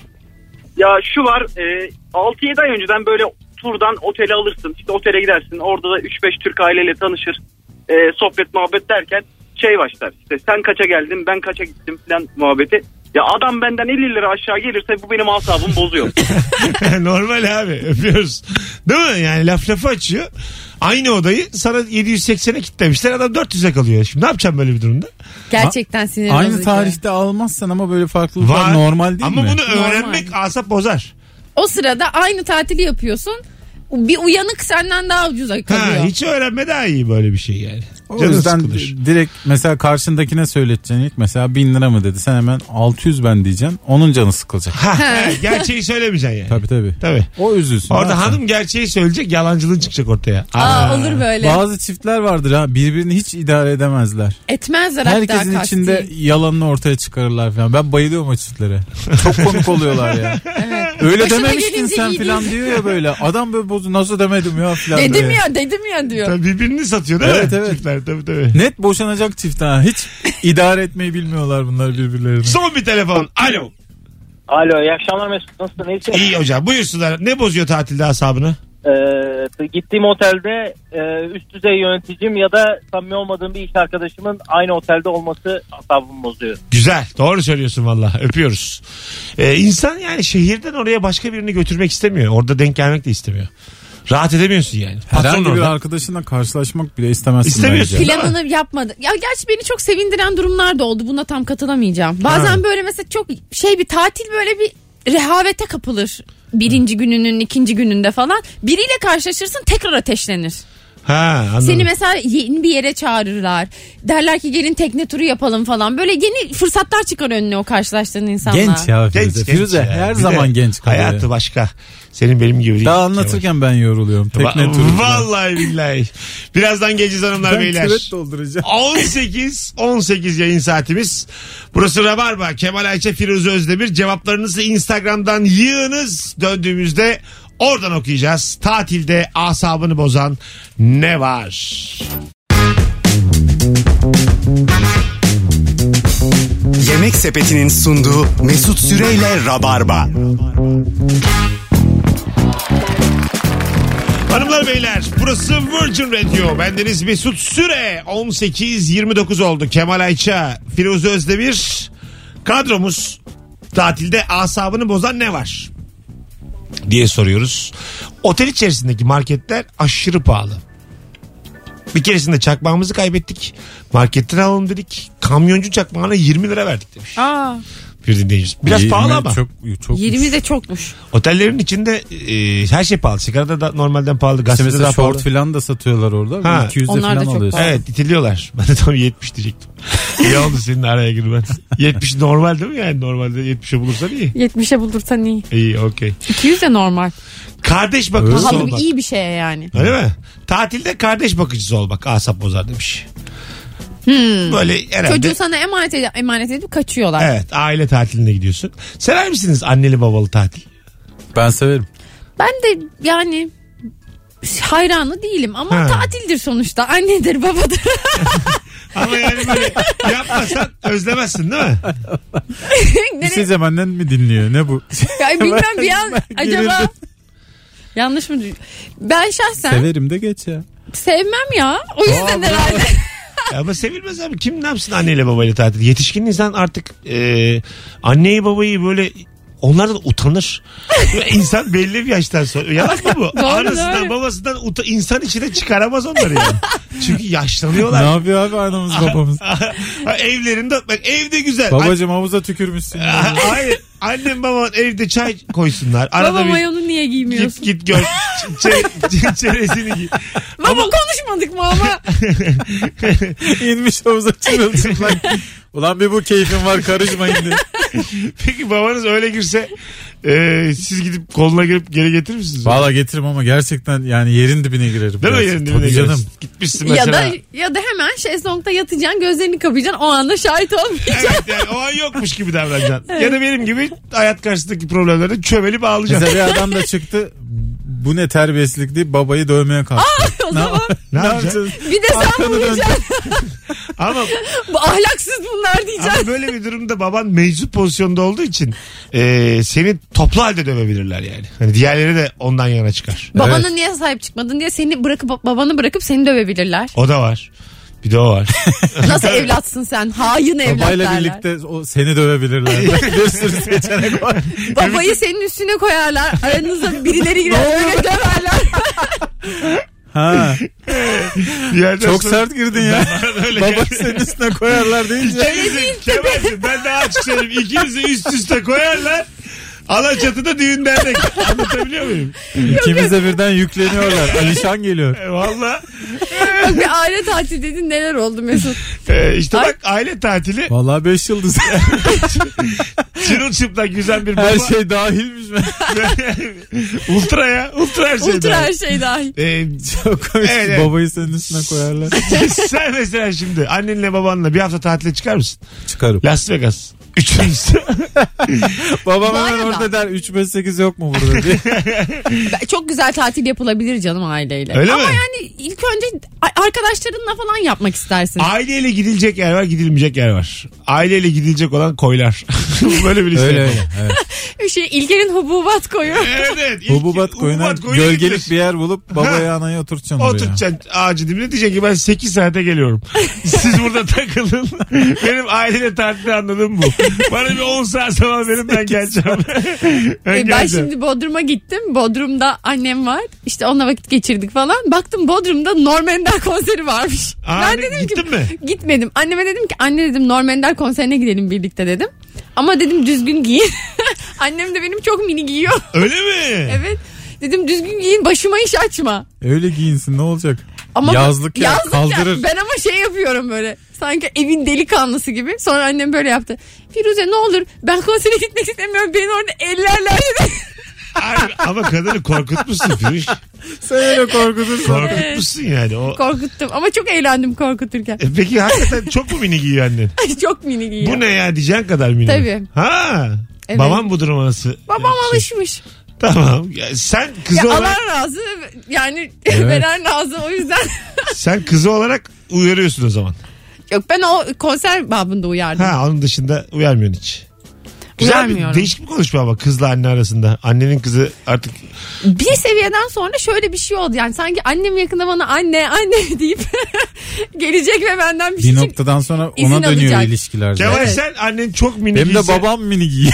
Speaker 7: Ya şu var e, 6-7 ay önceden böyle turdan otele alırsın. İşte otele gidersin. Orada da 3-5 Türk aileyle tanışır. E, sohbet muhabbet derken şey başlar. İşte sen kaça geldin ben kaça gittim falan muhabbeti. Ya adam benden 50 lira aşağı gelirse bu benim asabımı bozuyor.
Speaker 2: Normal abi öpüyoruz. Değil mi? Yani laf lafı açıyor. Aynı odayı sana 780'e kitlemişler. Adam 400'e kalıyor. Şimdi ne yapacağım böyle bir durumda?
Speaker 3: Gerçekten sinir
Speaker 4: Aynı
Speaker 3: bozucu.
Speaker 4: tarihte almazsan ama böyle farklılıklar normal değil
Speaker 2: Ama
Speaker 4: mi?
Speaker 2: bunu öğrenmek asap bozar.
Speaker 3: O sırada aynı tatili yapıyorsun. Bir uyanık senden daha ucuza kalıyor.
Speaker 2: Ha, hiç öğrenme daha iyi böyle bir şey yani.
Speaker 4: O
Speaker 2: Canın
Speaker 4: yüzden
Speaker 2: sıkılır.
Speaker 4: direkt mesela karşındakine söyleteceksin ilk mesela 1000 lira mı dedi. Sen hemen 600 ben diyeceksin. Onun canı sıkılacak.
Speaker 2: Ha, evet, gerçeği söylemeyeceksin yani.
Speaker 4: Tabii tabii.
Speaker 2: Tabii.
Speaker 4: O üzülsün. Ne
Speaker 2: Orada
Speaker 4: yapacaksın?
Speaker 2: hanım gerçeği söyleyecek yalancılığın çıkacak ortaya.
Speaker 3: Aa, olur böyle.
Speaker 4: Bazı çiftler vardır ha birbirini hiç idare edemezler.
Speaker 3: Etmezler
Speaker 4: Herkesin
Speaker 3: hatta kasti.
Speaker 4: içinde yalanını ortaya çıkarırlar falan. Ben bayılıyorum o çiftlere. Çok komik oluyorlar ya. Öyle
Speaker 3: Başına
Speaker 4: dememiştin
Speaker 3: gelince
Speaker 4: sen
Speaker 3: iyi
Speaker 4: falan diyor ya böyle. Adam böyle bozu nasıl demedim ya falan
Speaker 3: Dedim
Speaker 4: diye.
Speaker 3: ya dedim ya diyor.
Speaker 2: Tabii birbirini satıyor değil
Speaker 4: Evet,
Speaker 2: mi?
Speaker 4: evet.
Speaker 2: Çiftler, tabii tabii.
Speaker 4: Net boşanacak çift ha. Hiç idare etmeyi bilmiyorlar bunlar birbirlerini.
Speaker 2: Son bir telefon. Alo.
Speaker 8: Alo iyi akşamlar Mesut nasılsın iyisin?
Speaker 2: İyi hocam buyursunlar. Ne bozuyor tatilde asabını?
Speaker 8: Ee, gittiğim otelde e, üst düzey yöneticim ya da samimi olmadığım bir iş arkadaşımın aynı otelde olması asabımı bozuyor.
Speaker 2: Güzel. Doğru söylüyorsun valla. Öpüyoruz. Ee, insan yani şehirden oraya başka birini götürmek istemiyor. Orada denk gelmek de istemiyor. Rahat edemiyorsun yani. Patron
Speaker 4: Herhangi bir
Speaker 2: orada.
Speaker 4: arkadaşınla karşılaşmak bile istemezsin
Speaker 2: İstemiyorsun.
Speaker 4: bence.
Speaker 3: Planını yapmadı. Ya gerçi beni çok sevindiren durumlar da oldu. Buna tam katılamayacağım. Bazen
Speaker 2: Ha.
Speaker 3: böyle mesela çok şey bir tatil böyle bir rehavete kapılır. Birinci gününün ikinci gününde falan. Biriyle karşılaşırsın tekrar ateşlenir.
Speaker 2: Ha anladım.
Speaker 3: Seni mesela yeni bir yere çağırırlar. Derler ki gelin tekne turu yapalım falan. Böyle yeni fırsatlar çıkar önüne o karşılaştığın insanlar.
Speaker 4: Genç ya Firuze. Firuze
Speaker 2: ya.
Speaker 4: her
Speaker 2: Bir de
Speaker 4: zaman genç kalıyor.
Speaker 2: Hayatı başka. Senin benim gibi değil.
Speaker 4: Daha anlatırken ben yoruluyorum. Tekne
Speaker 2: Va-
Speaker 4: turu. falan.
Speaker 2: Vallahi billahi. Birazdan geleceğiz hanımlar
Speaker 4: Ben
Speaker 2: beyler.
Speaker 4: küvet dolduracağım.
Speaker 2: 18 18 yayın saatimiz. Burası Rabarba. Kemal Ayça Firuze Özdemir. Cevaplarınızı Instagram'dan yığınız. Döndüğümüzde oradan okuyacağız. Tatilde asabını bozan ne var?
Speaker 1: Yemek Sepeti'nin sunduğu Mesut Süreyle Rabarba.
Speaker 2: Hanımlar beyler burası Virgin Radio. Bendeniz Mesut Süre. 18-29 oldu. Kemal Ayça, Firuze Özdemir. Kadromuz tatilde asabını bozan ne var? diye soruyoruz. Otel içerisindeki marketler aşırı pahalı. Bir keresinde çakmağımızı kaybettik. Marketten alalım dedik. Kamyoncu çakmağına 20 lira verdik demiş
Speaker 3: Aa,
Speaker 2: bir dinleyicimiz. Biraz
Speaker 4: Yirmi
Speaker 2: pahalı ama.
Speaker 4: Çok, çok
Speaker 3: 20 de çokmuş.
Speaker 2: Otellerin içinde e, her şey pahalı. Sigarada da normalden pahalı.
Speaker 4: İşte
Speaker 2: Gazetede
Speaker 4: mesela
Speaker 2: daha pahalı.
Speaker 4: şort filan da satıyorlar orada.
Speaker 2: Ha.
Speaker 4: 200'e
Speaker 3: Onlar da
Speaker 4: falan
Speaker 3: çok
Speaker 4: alıyorsun.
Speaker 3: pahalı.
Speaker 2: Evet itiliyorlar. Ben de tam 70 diyecektim. İyi oldu senin araya girmen. 70 normal değil mi yani normalde 70'e bulursan iyi.
Speaker 3: 70'e bulursan iyi.
Speaker 2: İyi okey.
Speaker 3: 200 de normal.
Speaker 2: Kardeş bakıcısı
Speaker 3: Pahalı bir-
Speaker 2: olmak.
Speaker 3: iyi bir şey yani.
Speaker 2: Öyle mi? Tatilde kardeş bakıcısı olmak asap bozar demiş. Böyle herhalde.
Speaker 3: Çocuğu sana emanet, ed- emanet edip kaçıyorlar.
Speaker 2: Evet aile tatiline gidiyorsun. Sever misiniz anneli babalı tatil?
Speaker 4: Ben severim.
Speaker 3: Ben de yani hayranı değilim ama
Speaker 2: Ha.
Speaker 3: tatildir sonuçta. Annedir babadır.
Speaker 2: Ama yani böyle yapmasan özlemezsin değil mi?
Speaker 4: Bir
Speaker 3: Nereye-
Speaker 4: şey annen mi dinliyor? Ne bu?
Speaker 3: Ya bilmem bir an acaba
Speaker 4: Gerildim.
Speaker 3: yanlış mı? Ben şahsen
Speaker 4: severim de geç ya.
Speaker 3: sevmem ya. O yüzden herhalde.
Speaker 2: Ama sevilmez abi. Kim ne yapsın anneyle babayla tatil? Yetişkin insan artık e, anneyi babayı böyle onlardan utanır. Ve insan belli bir yaştan sonra. Yalan mı bu?
Speaker 3: Doğru,
Speaker 2: Anasından
Speaker 3: doğru.
Speaker 2: babasından uta- insan içine çıkaramaz onları yani. Çünkü
Speaker 4: Ne
Speaker 2: yaşlanıyorlar.
Speaker 4: yapıyor abi anamız babamız?
Speaker 2: Ha, Evlerinde bak evde güzel.
Speaker 4: Babacım havuza tükürmüşsün.
Speaker 2: An-
Speaker 4: ya.
Speaker 2: Hayır. Annem baban evde çay koysunlar. Arada
Speaker 3: Baba
Speaker 2: bir
Speaker 3: mayonu niye
Speaker 2: git
Speaker 3: giymiyorsun?
Speaker 2: git gör. Ç- ç- çeresini giy.
Speaker 3: Baba konuşmadık mı ama?
Speaker 4: İnmiş havuza çırılçıplak. Ulan bir bu keyfim var karışmayın diye.
Speaker 2: Peki babanız öyle girse e, siz gidip koluna girip geri getirir misiniz?
Speaker 4: Valla getiririm ama gerçekten yani yerin dibine girerim.
Speaker 2: Değil mi
Speaker 4: biraz.
Speaker 2: yerin
Speaker 4: Tabii
Speaker 2: dibine
Speaker 4: canım.
Speaker 2: canım. Gitmişsin
Speaker 3: ya
Speaker 2: mesela.
Speaker 3: da ya da hemen şezlongda yatacaksın, gözlerini kapayacaksın. O anda şahit olmayacaksın.
Speaker 2: Evet yani o an yokmuş gibi davranacaksın. Ya da benim gibi hayat karşısındaki problemlerde çömelip ağlayacaksın.
Speaker 4: Mesela bir adam da çıktı. Bu ne terbiyesizlik deyip babayı dövmeye kalktı.
Speaker 3: o zaman
Speaker 2: Ne
Speaker 4: Ne
Speaker 2: yapacaksın?
Speaker 4: yapacağız?
Speaker 3: bir de sen
Speaker 4: Arkanı dön.
Speaker 3: vuracaksın.
Speaker 2: Ama,
Speaker 3: Bu ahlaksız bunlar diyeceksin.
Speaker 2: ama böyle bir durumda baban meczup pozisyonda olduğu için e, seni toplu halde dövebilirler yani. Hani diğerleri de ondan yana çıkar.
Speaker 3: Babana niye sahip çıkmadın diye seni bırakıp babanı bırakıp seni dövebilirler.
Speaker 2: O da var. Bir de o var.
Speaker 3: Nasıl evlatsın sen? Hain evlat
Speaker 4: Babayla
Speaker 3: derler.
Speaker 4: birlikte o seni dövebilirler. bir sürü seçenek var.
Speaker 3: Babayı senin üstüne koyarlar. Aranızda birileri girer öyle döverler.
Speaker 4: Ha,
Speaker 2: Bir yerden
Speaker 4: çok
Speaker 2: sonra-
Speaker 4: sert girdin ya.
Speaker 2: Bana öyle
Speaker 4: Baba
Speaker 2: geldi.
Speaker 4: senin üstüne koyarlar deyince.
Speaker 2: İkinizi Kemal'cim ben daha açık söyleyeyim. İkinizi üst üste koyarlar. Alaçatı'da düğün dernek. Anlatabiliyor muyum?
Speaker 4: İkimiz de birden yükleniyorlar. Alişan geliyor.
Speaker 2: E, Valla.
Speaker 3: Bak bir aile tatili dedin neler oldu Mesut.
Speaker 2: E, işte bak aile tatili.
Speaker 4: Vallahi 5 yıldız.
Speaker 2: Çırılçıplak güzel bir baba.
Speaker 4: Her şey dahilmiş. mi?
Speaker 2: ultra ya. Ultra her şey.
Speaker 3: Ultra
Speaker 2: daha.
Speaker 3: her şey dahil.
Speaker 2: Ee,
Speaker 4: Çok komik.
Speaker 2: Evet, evet.
Speaker 4: Babayı senin üstüne koyarlar.
Speaker 2: sen mesela şimdi annenle babanla bir hafta tatile çıkar mısın?
Speaker 4: Çıkarım.
Speaker 2: Las Vegas. Üçüncüsü.
Speaker 4: Babam
Speaker 3: Bu
Speaker 4: hemen
Speaker 3: arada-
Speaker 4: orada der 3 5 8 yok mu burada diye.
Speaker 3: Ben- E, Çok güzel tatil yapılabilir canım aileyle.
Speaker 2: Öyle
Speaker 3: Ama
Speaker 2: mi?
Speaker 3: yani ilk önce a- arkadaşlarınla falan yapmak istersin.
Speaker 2: Aileyle gidilecek yer var, gidilmeyecek yer var. Aileyle gidilecek olan koylar. Böyle bir liste.
Speaker 4: öyle öyle. Evet.
Speaker 3: şey İlker'in hububat koyu.
Speaker 2: Evet evet. İlk-
Speaker 4: Hububat koyuna
Speaker 2: koyuna
Speaker 4: gölgelik
Speaker 2: gidilir.
Speaker 4: bir yer bulup babaya anayı oturtacaksın oraya.
Speaker 2: Oturacaksın ağacın dibine diyecek ki ben 8 saate geliyorum. Siz burada takılın. Benim aileyle tatili anladığım bu. Bana bir 10 saat zaman verin ben geleceğim. ben
Speaker 3: E, ben
Speaker 2: geleceğim.
Speaker 3: şimdi Bodrum'a gittim. Bodrum'da annem var. İşte onunla vakit geçirdik falan. Baktım Bodrum'da Norm Ender konseri varmış.
Speaker 2: Aa,
Speaker 3: ben
Speaker 2: anne,
Speaker 3: dedim ki
Speaker 2: gittin mi?
Speaker 3: gitmedim. Anneme dedim ki anne dedim Norm Ender konserine gidelim birlikte dedim. Ama dedim düzgün giyin. annem de benim çok mini giyiyor.
Speaker 2: Öyle mi?
Speaker 3: evet. Dedim düzgün giyin başıma iş açma.
Speaker 4: Öyle giyinsin ne olacak?
Speaker 3: Ama
Speaker 4: yazlık ya
Speaker 3: yazlık
Speaker 4: kaldırır.
Speaker 3: Ben ama şey yapıyorum böyle. Sanki evin delikanlısı gibi. Sonra annem böyle yaptı. Firuze ne olur ben konsere gitmek istemiyorum. Beni orada ellerler dedi.
Speaker 2: Abi, ama kadını korkutmuşsun Firuş.
Speaker 4: Sen öyle korkutursun.
Speaker 2: Korkutmuşsun yani. O...
Speaker 3: Korkuttum ama çok eğlendim korkuturken.
Speaker 2: E peki hakikaten çok mu mini giyiyor annen?
Speaker 3: çok mini giyiyor.
Speaker 2: Bu ne ya diyeceğin kadar mini.
Speaker 3: Tabii.
Speaker 2: Ha.
Speaker 3: Evet.
Speaker 2: Babam bu duruma nasıl?
Speaker 3: Babam
Speaker 2: Şey-
Speaker 3: alışmış.
Speaker 2: Tamam. Ya sen kızı
Speaker 3: Ya
Speaker 2: olarak
Speaker 3: alan razı yani
Speaker 4: Evet.
Speaker 3: veren razı o yüzden.
Speaker 2: sen kızı olarak uyarıyorsun o zaman.
Speaker 3: Yok ben o konser babında uyardım.
Speaker 2: Ha onun dışında uyarmıyorsun hiç. Güzel bir
Speaker 3: Uyarmıyorum.
Speaker 2: değişik bir konuşma ama kızla anne arasında. Annenin kızı artık
Speaker 3: Bir seviyeden sonra şöyle bir şey oldu. Yani sanki annem yakında bana anne anne deyip gelecek ve benden bir şey
Speaker 4: Bir
Speaker 3: çık-
Speaker 4: noktadan sonra ona
Speaker 3: İzin
Speaker 4: dönüyor
Speaker 3: alacak.
Speaker 4: ilişkilerde.
Speaker 2: Kemal sen annen çok mini
Speaker 4: Benim de
Speaker 2: giyse-
Speaker 4: babam mini giyiyor.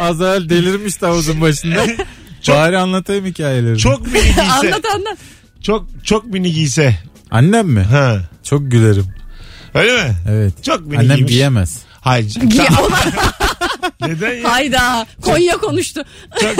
Speaker 4: Az evvel delirmiş havuzun başında. Bari anlatayım hikayeleri.
Speaker 2: çok mini giyse.
Speaker 3: Anlat anlat.
Speaker 2: çok çok mini giyse.
Speaker 4: Annem mi?
Speaker 2: Ha.
Speaker 4: Çok gülerim.
Speaker 2: Öyle mi?
Speaker 4: Evet.
Speaker 2: Çok mini
Speaker 4: Annem
Speaker 2: giymiş.
Speaker 4: giyemez.
Speaker 2: Hayır.
Speaker 3: Giy-
Speaker 2: Tamam. Neden ya?
Speaker 3: Hayda Konya konuştu.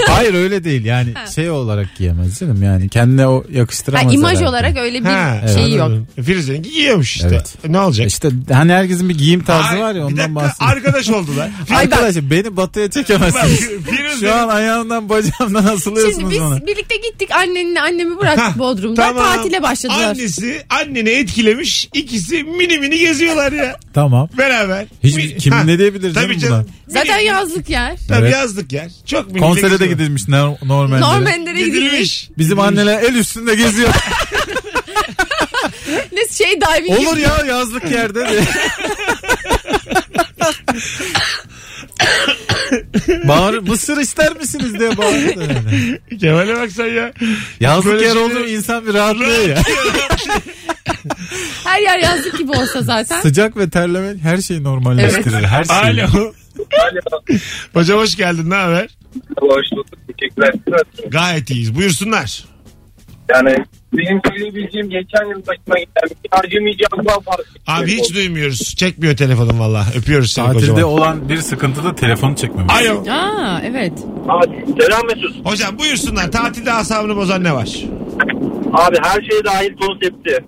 Speaker 4: Hayır öyle değil yani şey olarak giyemez canım yani kendine o
Speaker 3: Ha,
Speaker 4: yakıştıramaz.
Speaker 3: imaj
Speaker 4: herhalde.
Speaker 3: olarak öyle bir
Speaker 2: Ha,
Speaker 3: şeyi yok.
Speaker 2: anladım. Firuze'ninki giyiyormuş işte.
Speaker 4: Evet.
Speaker 2: Ne olacak?
Speaker 4: İşte hani herkesin bir giyim tarzı
Speaker 2: Ay,
Speaker 4: var ya
Speaker 2: bir dakika,
Speaker 4: ondan bahsediyorum.
Speaker 2: Arkadaş oldular.
Speaker 4: Arkadaşlar beni batıya
Speaker 2: Bak,
Speaker 4: çekemezsiniz. Şu
Speaker 2: Firuze'nin
Speaker 4: an ayağımdan bacağımdan
Speaker 3: Şimdi
Speaker 4: asılıyorsunuz
Speaker 3: biz
Speaker 4: ona.
Speaker 3: birlikte gittik annenle annemi bıraktık Bodrum'da
Speaker 2: Tamam.
Speaker 3: tatile başladılar.
Speaker 2: Annesi anneni etkilemiş. İkisi mini mini geziyorlar ya.
Speaker 4: Tamam.
Speaker 2: Beraber.
Speaker 4: Hiç
Speaker 2: Mi-
Speaker 4: kim
Speaker 2: Ha,
Speaker 4: ne diyebilir
Speaker 2: Tabii
Speaker 4: canım
Speaker 2: canım.
Speaker 4: buna?
Speaker 3: Zaten
Speaker 2: Mini-
Speaker 3: yazlık yer.
Speaker 2: Tabii
Speaker 4: Evet.
Speaker 2: yazdık yer. Çok mini.
Speaker 4: Konsere de
Speaker 2: geziyorlar.
Speaker 4: gidilmiş Nor- Norman'de.
Speaker 3: Normanlere gidilmiş.
Speaker 2: Gidilmiş.
Speaker 4: Bizim anneler el üstünde geziyor.
Speaker 3: Ne şey diving
Speaker 4: Olur ya yazlık yerde de. Bağır, mısır ister misiniz diye bağırdı. Yani.
Speaker 2: Kemal'e bak sen ya.
Speaker 4: Yazlık
Speaker 2: Böyle
Speaker 4: yer
Speaker 2: şeyleri-
Speaker 4: oldu mu insan bir rahatlıyor ya.
Speaker 3: Her yer yazlık gibi olsa zaten.
Speaker 4: Sıcak ve terleme her şeyi normalleştirir. Her şeyi.
Speaker 2: Alo. Hocam hoş geldin. Ne haber?
Speaker 6: Hoş bulduk. Teşekkürler.
Speaker 2: Gayet iyiyiz. Buyursunlar.
Speaker 6: Yani benim söyleyebileceğim geçen yıl başıma giden bir harcamayacağım daha şey farklı.
Speaker 2: Abi hiç duymuyoruz. Çekmiyor telefonum valla. Öpüyoruz seni
Speaker 4: Tatilde
Speaker 2: kocaman.
Speaker 4: olan bir sıkıntı da telefonu çekmemek.
Speaker 2: Alo.
Speaker 3: Aa evet.
Speaker 5: Selam Mesut.
Speaker 2: Hocam buyursunlar. Tatilde asabını bozan ne var?
Speaker 5: Abi her şeye dahil konsepti.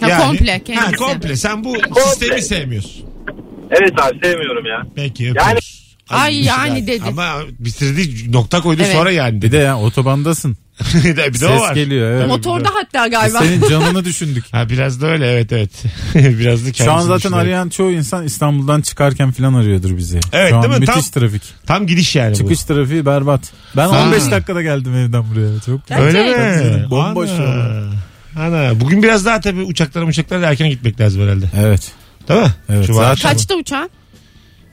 Speaker 3: Ha,
Speaker 2: Yani-
Speaker 3: komple
Speaker 2: Ha,
Speaker 3: kendisi.
Speaker 2: komple. Sen bu sistemi sevmiyorsun.
Speaker 5: Evet abi sevmiyorum ya.
Speaker 2: Peki öpüyoruz.
Speaker 3: Ay,
Speaker 2: Hadi bir şey
Speaker 3: yani
Speaker 2: daha.
Speaker 3: dedi.
Speaker 2: Ama bitirdi nokta koydu
Speaker 3: Evet.
Speaker 2: sonra yani
Speaker 4: Bir
Speaker 2: dedi.
Speaker 4: de ya otobandasın.
Speaker 2: bir de o
Speaker 4: Ses
Speaker 2: var.
Speaker 4: geliyor. Evet.
Speaker 3: Motorda hatta galiba.
Speaker 4: Senin canını düşündük.
Speaker 2: Ha biraz da öyle evet evet. biraz da kendisi
Speaker 4: Şu an zaten
Speaker 2: düşünerek.
Speaker 4: arayan çoğu insan İstanbul'dan çıkarken filan arıyordur bizi.
Speaker 2: Evet,
Speaker 4: Şu an
Speaker 2: değil mi?
Speaker 4: müthiş
Speaker 2: Tam-
Speaker 4: trafik.
Speaker 2: Tam gidiş yani
Speaker 4: Çıkış trafiği berbat. Ben
Speaker 2: Ha.
Speaker 4: 15 dakikada geldim evden buraya. Çok
Speaker 2: bu. Öyle
Speaker 3: Gerçek.
Speaker 2: mi?
Speaker 4: Bomboş
Speaker 2: Ana.
Speaker 4: yollar.
Speaker 2: Ana. Bugün biraz daha tabii uçaklara uçaklara da erken gitmek lazım herhalde.
Speaker 4: Evet.
Speaker 2: Değil mi?
Speaker 4: Evet,
Speaker 2: Cuma
Speaker 4: zaten-
Speaker 2: akşamı.
Speaker 3: Kaçta uçağın?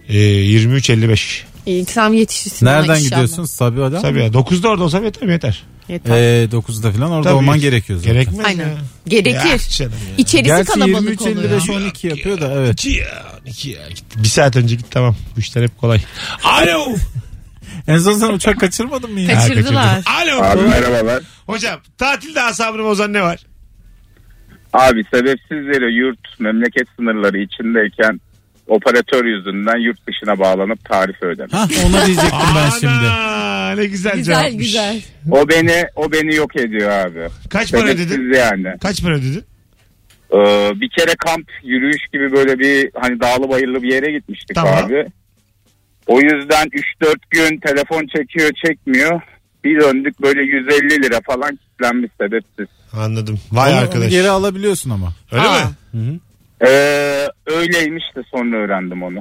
Speaker 2: Ee, 23.55.
Speaker 3: İyi tam yetişirsin. ona
Speaker 4: Nereden
Speaker 3: inşallah.
Speaker 4: gidiyorsun? Sabiha'dan
Speaker 2: Tabii ya. 9'da orada olsam yeter mi? Yeter.
Speaker 3: Yeter.
Speaker 4: Ee, 9'da falan orada
Speaker 2: Tabii.
Speaker 4: olman gerekiyor zaten.
Speaker 2: Gerekmez
Speaker 3: Aynen.
Speaker 2: ya. Ya, şey.
Speaker 3: Gerekir.
Speaker 2: canım ya.
Speaker 3: İçerisi
Speaker 4: Gerçi
Speaker 3: kalabalık
Speaker 4: 23
Speaker 3: oluyor.
Speaker 4: 55 12 yapıyor da evet.
Speaker 2: İki ya. iki ya. Git. Bir saat önce git tamam. Bu işler hep kolay. Alo.
Speaker 4: En son sen uçak kaçırmadın mı ya?
Speaker 3: Kaçırdılar.
Speaker 2: Alo.
Speaker 9: Abi merhabalar.
Speaker 2: Hocam tatilde asabını bozan ne var?
Speaker 9: Abi sebepsiz yere yurt memleket sınırları içindeyken operatör yüzünden yurt dışına bağlanıp tarife ödemek.
Speaker 4: Hah onu diyecektim ben şimdi.
Speaker 2: Ana, ne güzel,
Speaker 3: Güzel
Speaker 2: cevapmış.
Speaker 3: güzel.
Speaker 9: O beni o beni yok ediyor abi.
Speaker 2: Kaç para
Speaker 9: Sebepsiz
Speaker 2: ödedin?
Speaker 9: yani.
Speaker 2: Kaç para ödedin?
Speaker 9: Ee, bir kere kamp yürüyüş gibi böyle bir hani dağlı bayırlı bir yere gitmiştik
Speaker 2: Tamam.
Speaker 9: abi. O yüzden 3-4 gün telefon çekiyor çekmiyor. Bir döndük böyle 150 lira falan kilitlenmiş sebepsiz.
Speaker 2: Anladım. Vay
Speaker 4: Onu- onu
Speaker 2: arkadaş.
Speaker 4: geri alabiliyorsun ama.
Speaker 2: Öyle
Speaker 3: Aa.
Speaker 2: mi?
Speaker 9: Ee, öyleymiş de sonra öğrendim onu.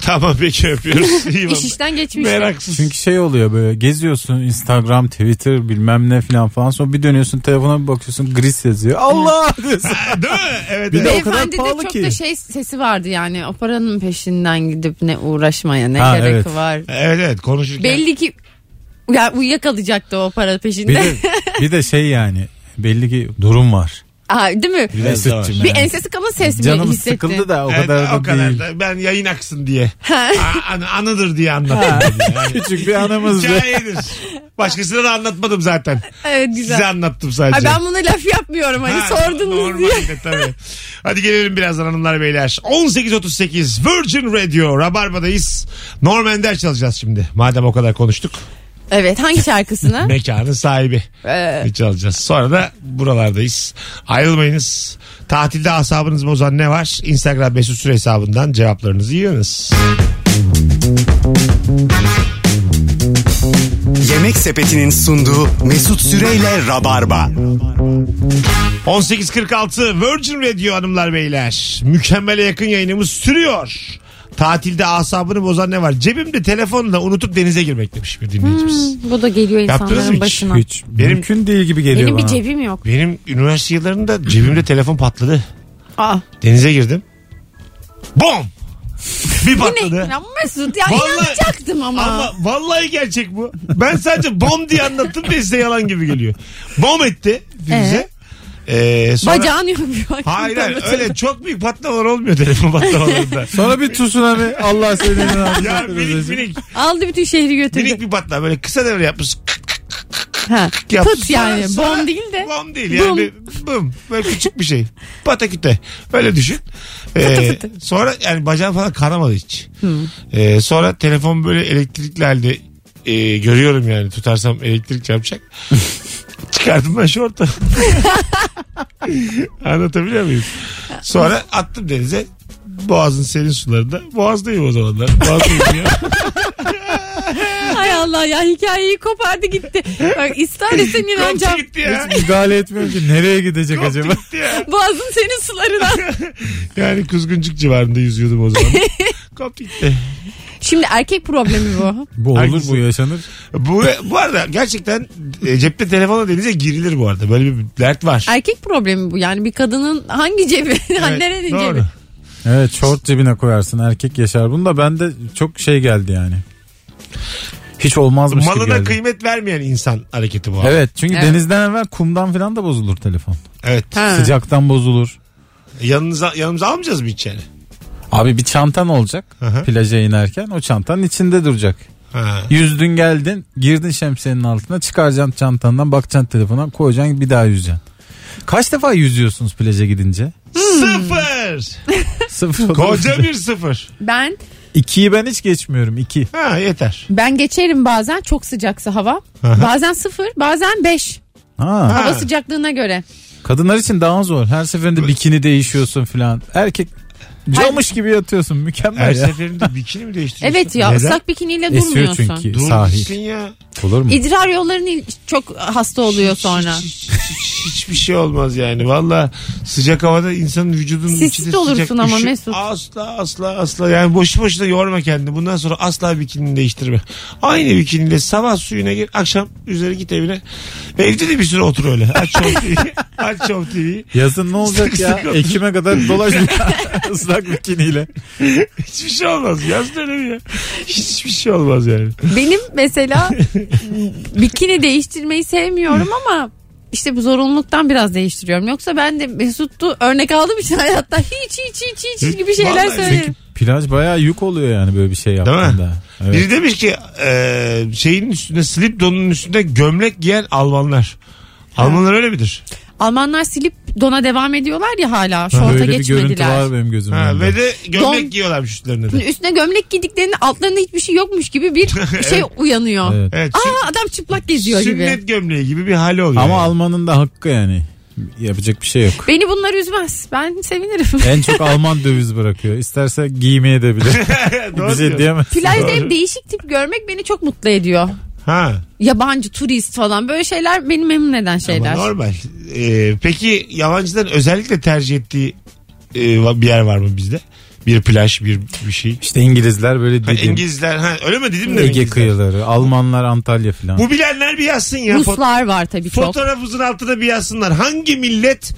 Speaker 2: Tamam peki öpüyoruz. İyi
Speaker 3: İş
Speaker 2: bak.
Speaker 3: işten geçmiş.
Speaker 2: Meraksız.
Speaker 4: Çünkü şey oluyor böyle geziyorsun Instagram, Twitter bilmem ne filan falan sonra bir dönüyorsun telefona bir bakıyorsun gris yazıyor. Allah diyorsun.
Speaker 2: Ha, Değil mi? Evet.
Speaker 4: Bir de
Speaker 2: evet.
Speaker 4: o kadar
Speaker 3: Beyefendi de
Speaker 4: pahalı
Speaker 3: çok
Speaker 4: ki.
Speaker 3: da şey sesi vardı yani. O paranın peşinden gidip ne uğraşmaya ne
Speaker 4: Ha,
Speaker 3: gerek
Speaker 4: evet.
Speaker 3: var.
Speaker 2: Evet evet konuşurken.
Speaker 3: Belli ki ya uyuyakalacaktı o para peşinde.
Speaker 4: Bir de, bir de şey yani belli ki durum var.
Speaker 3: Aa, değil mi?
Speaker 2: Biraz da var.
Speaker 4: Mesut'cum
Speaker 3: Bir
Speaker 4: yani.
Speaker 3: ensesi kalın ses bile
Speaker 4: Canım
Speaker 3: hissetti.
Speaker 4: sıkıldı da o
Speaker 2: Evet,
Speaker 4: kadar da
Speaker 2: o kadar
Speaker 4: değil.
Speaker 2: da ben yayın aksın diye. A- an- anıdır diye anlattım.
Speaker 4: Küçük bir anımız be.
Speaker 2: Hikayedir. Başkasına da anlatmadım zaten.
Speaker 3: Evet güzel.
Speaker 2: Size anlattım sadece.
Speaker 3: Ay ben buna laf yapmıyorum hani
Speaker 2: Ha,
Speaker 3: sordunuz diye.
Speaker 2: Normalde tabii. Hadi gelelim birazdan hanımlar beyler. 18.38 Virgin Radio Rabarba'dayız. Norman Der çalacağız şimdi. Madem o kadar konuştuk.
Speaker 3: Evet hangi şarkısını?
Speaker 2: Mekanın sahibi.
Speaker 3: Ee,
Speaker 2: çalacağız. Sonra da buralardayız. Ayrılmayınız. Tatilde asabınız bozan ne var? Instagram mesut süre hesabından cevaplarınızı yığınız.
Speaker 1: Yemek Sepeti'nin sunduğu Mesut Süreyle Rabarba.
Speaker 2: 18.46 Virgin Radio hanımlar beyler. Mükemmele yakın yayınımız sürüyor. Tatilde asabını bozan ne var? Cebimde telefonla unutup denize girmek demiş bir dinleyicimiz.
Speaker 3: bu da geliyor
Speaker 2: Yaptınız mı
Speaker 3: insanların
Speaker 2: hiç?
Speaker 3: başına.
Speaker 4: Hiç
Speaker 2: Benim-
Speaker 4: mümkün değil gibi geliyor
Speaker 3: Benim bir
Speaker 4: bana.
Speaker 3: cebim yok.
Speaker 2: Benim üniversite yıllarında cebimde telefon patladı.
Speaker 3: Aa,
Speaker 2: Denize girdim. Bom! Bir
Speaker 3: bu ne?
Speaker 2: patladı.
Speaker 3: Ya Mesut ya
Speaker 2: Vallahi-
Speaker 3: inanacaktım ama.
Speaker 2: Ama vallahi gerçek bu. Ben sadece bom diye anlattım ve size yalan gibi geliyor. Bom etti bize. Ee, sonra...
Speaker 3: Bacağın yok. bir bak.
Speaker 2: Hayır hayır öyle çok büyük patlamalar olmuyor telefon patlamalarında.
Speaker 4: Sonra bir tsunami Allah seni
Speaker 2: ya minik minik
Speaker 3: Aldı bütün şehri götürdü.
Speaker 2: minik bir patlama böyle kısa devre yapmış. Kık, kık, kık, kık,
Speaker 3: Ha.
Speaker 2: Yap.
Speaker 3: Pıt
Speaker 2: Sonra-
Speaker 3: yani.
Speaker 2: sonra-
Speaker 3: Bom değil de.
Speaker 2: Bom değil yani.
Speaker 3: Bum.
Speaker 2: bir- Bum. Böyle küçük bir şey. Pataküte. Öyle düşün. Ee,
Speaker 3: Pıtı
Speaker 2: sonra yani bacağım falan kanamadı hiç. Ee, sonra telefon böyle elektrikli halde e, görüyorum yani tutarsam elektrik çarpacak. Çıkardım ben şortu. Anlatabiliyor muyum? Sonra attım denize. Boğazın serin sularında. Boğazdayım o zamanlar. Boğazdayım ya.
Speaker 3: Hay Allah ya hikayeyi kopardı gitti. Bak ister isen
Speaker 2: Koptu
Speaker 3: inanacağım.
Speaker 2: gitti ya.
Speaker 4: Müdahale etmiyorum ki nereye gidecek
Speaker 2: Koptu
Speaker 4: acaba?
Speaker 2: gitti ya.
Speaker 3: Boğazın senin sularına.
Speaker 2: Yani kuzguncuk civarında yüzüyordum o zaman. Koptu gitti.
Speaker 3: Şimdi erkek problemi bu.
Speaker 4: Bu olur
Speaker 2: Herkes-
Speaker 4: bu yaşanır.
Speaker 2: Bu, bu arada gerçekten e, cepte telefonla denize girilir bu arada. Böyle bir dert var.
Speaker 3: Erkek problemi bu. Yani bir kadının hangi cebi? hani
Speaker 2: Evet,
Speaker 3: Nerenin cebi?
Speaker 2: doğru.
Speaker 4: Evet şort cebine koyarsın erkek yaşar. Bunu da bende çok şey geldi yani. Hiç olmazmış gibi
Speaker 2: Malına
Speaker 4: geldi.
Speaker 2: kıymet vermeyen insan hareketi bu. Evet.
Speaker 4: Evet çünkü
Speaker 3: Evet.
Speaker 4: denizden evvel kumdan falan da bozulur telefon.
Speaker 2: evet.
Speaker 3: Ha.
Speaker 4: Sıcaktan bozulur.
Speaker 2: Yanınıza, yanımıza almayacağız mı hiç yani?
Speaker 4: Abi bir çantan olacak
Speaker 2: Hı hı.
Speaker 4: plaja inerken o çantanın içinde duracak.
Speaker 2: Ha.
Speaker 4: Yüzdün geldin girdin şemsiyenin altına çıkaracaksın çantandan bakacaksın telefona koyacaksın bir daha yüzeceksin. Kaç defa yüzüyorsunuz plaja gidince?
Speaker 3: Hmm.
Speaker 2: Sıfır.
Speaker 4: Sıfır olur.
Speaker 2: Koca bir sıfır.
Speaker 3: Ben
Speaker 4: İkiyi ben hiç geçmiyorum iki.
Speaker 2: Ha yeter.
Speaker 3: ben geçerim bazen çok sıcaksa hava. Bazen sıfır bazen beş.
Speaker 4: Ha.
Speaker 3: Hava
Speaker 2: Ha.
Speaker 3: sıcaklığına göre.
Speaker 4: Kadınlar için daha zor. Her seferinde bikini değişiyorsun filan. Erkek camış gibi yatıyorsun mükemmel
Speaker 2: Her şey-
Speaker 4: ya.
Speaker 2: seferinde bikini mi değiştiriyorsun?
Speaker 3: Evet ya
Speaker 2: Neden?
Speaker 3: ıslak bikiniyle
Speaker 4: Esiyor
Speaker 3: durmuyorsun.
Speaker 4: çünkü
Speaker 2: Dur gitsin
Speaker 4: sahil.
Speaker 2: ya.
Speaker 4: Olur mu?
Speaker 3: İdrar yolların il- çok hasta oluyor sonra.
Speaker 2: Hiç- hiç- hiç- hiçbir şey olmaz yani. Valla sıcak havada insanın vücudunun
Speaker 3: Sisli
Speaker 2: içinde sıcak
Speaker 3: olursun ama
Speaker 2: üşü-
Speaker 3: Mesut.
Speaker 2: Asla asla asla. Yani boşu boşuna yorma kendini. Bundan sonra asla bikinini değiştirme. Aynı bikiniyle sabah suyuna gir. Akşam üzeri git evine. Evde de bir süre otur öyle. Aç Show TV. Aç Show TV'yi.
Speaker 4: Yazın ne olacak ya?
Speaker 2: Sıkı-
Speaker 4: Ekim'e kadar dolaş ıslak bikiniyle.
Speaker 2: Hiçbir şey olmaz. Yaz dönemi ya. Hiçbir şey olmaz yani.
Speaker 3: Benim mesela bikini değiştirmeyi sevmiyorum ama işte bu zorunluluktan biraz değiştiriyorum. Yoksa ben de Mesut'u örnek aldığım için hayatta hiç hiç hiç hiç, hiç gibi şeyler
Speaker 2: Vallahi
Speaker 3: söylerim.
Speaker 4: Plaj bayağı yük oluyor yani böyle bir şey
Speaker 2: mi?
Speaker 4: yaptığında. Evet.
Speaker 2: Biri demiş ki e, şeyin üstünde slip donunun üstünde gömlek giyen Almanlar. Almanlar öyle midir?
Speaker 3: Almanlar silip dona devam ediyorlar ya hala. Şorta
Speaker 4: Böyle bir görüntü var
Speaker 3: geçmediler.
Speaker 4: benim gözümün
Speaker 2: Ha,
Speaker 4: önünde.
Speaker 2: ve de gömlek
Speaker 3: Don-
Speaker 2: giyiyorlarmış üstlerine de.
Speaker 3: Üstüne gömlek giydiklerinde altlarında hiçbir şey yokmuş gibi bir şey uyanıyor.
Speaker 4: Evet.
Speaker 2: Evet. sün-
Speaker 3: Aa adam çıplak geziyor
Speaker 2: sünnet
Speaker 3: gibi.
Speaker 2: gömleği gibi bir hali oluyor.
Speaker 4: Ama Alman'ın da hakkı yani. Yapacak bir şey yok.
Speaker 3: Beni bunlar üzmez. Ben sevinirim.
Speaker 4: En çok Alman döviz bırakıyor. İsterse giymeye de bilir.
Speaker 2: Doğru
Speaker 4: bir şey
Speaker 2: diyorsun.
Speaker 4: diyemez.
Speaker 3: Plajda hep değişik tip görmek beni çok mutlu ediyor.
Speaker 2: Ha,
Speaker 3: Yabancı, turist falan böyle şeyler beni memnun eden
Speaker 2: ama
Speaker 3: şeyler.
Speaker 2: normal. Ee, peki yabancıların özellikle tercih ettiği e, bir yer var mı bizde? Bir plaj, bir bir şey.
Speaker 4: İşte İngilizler böyle
Speaker 2: Ha,
Speaker 4: dediğim.
Speaker 2: İngilizler ha öyle mi dedim de
Speaker 4: Ege
Speaker 2: İngilizler.
Speaker 4: kıyıları, Almanlar Antalya filan.
Speaker 2: Bu bilenler bir yazsın ya. Fo-
Speaker 3: Ruslar var tabii çok.
Speaker 2: Fotoğrafımızın altına bir yazsınlar. Hangi millet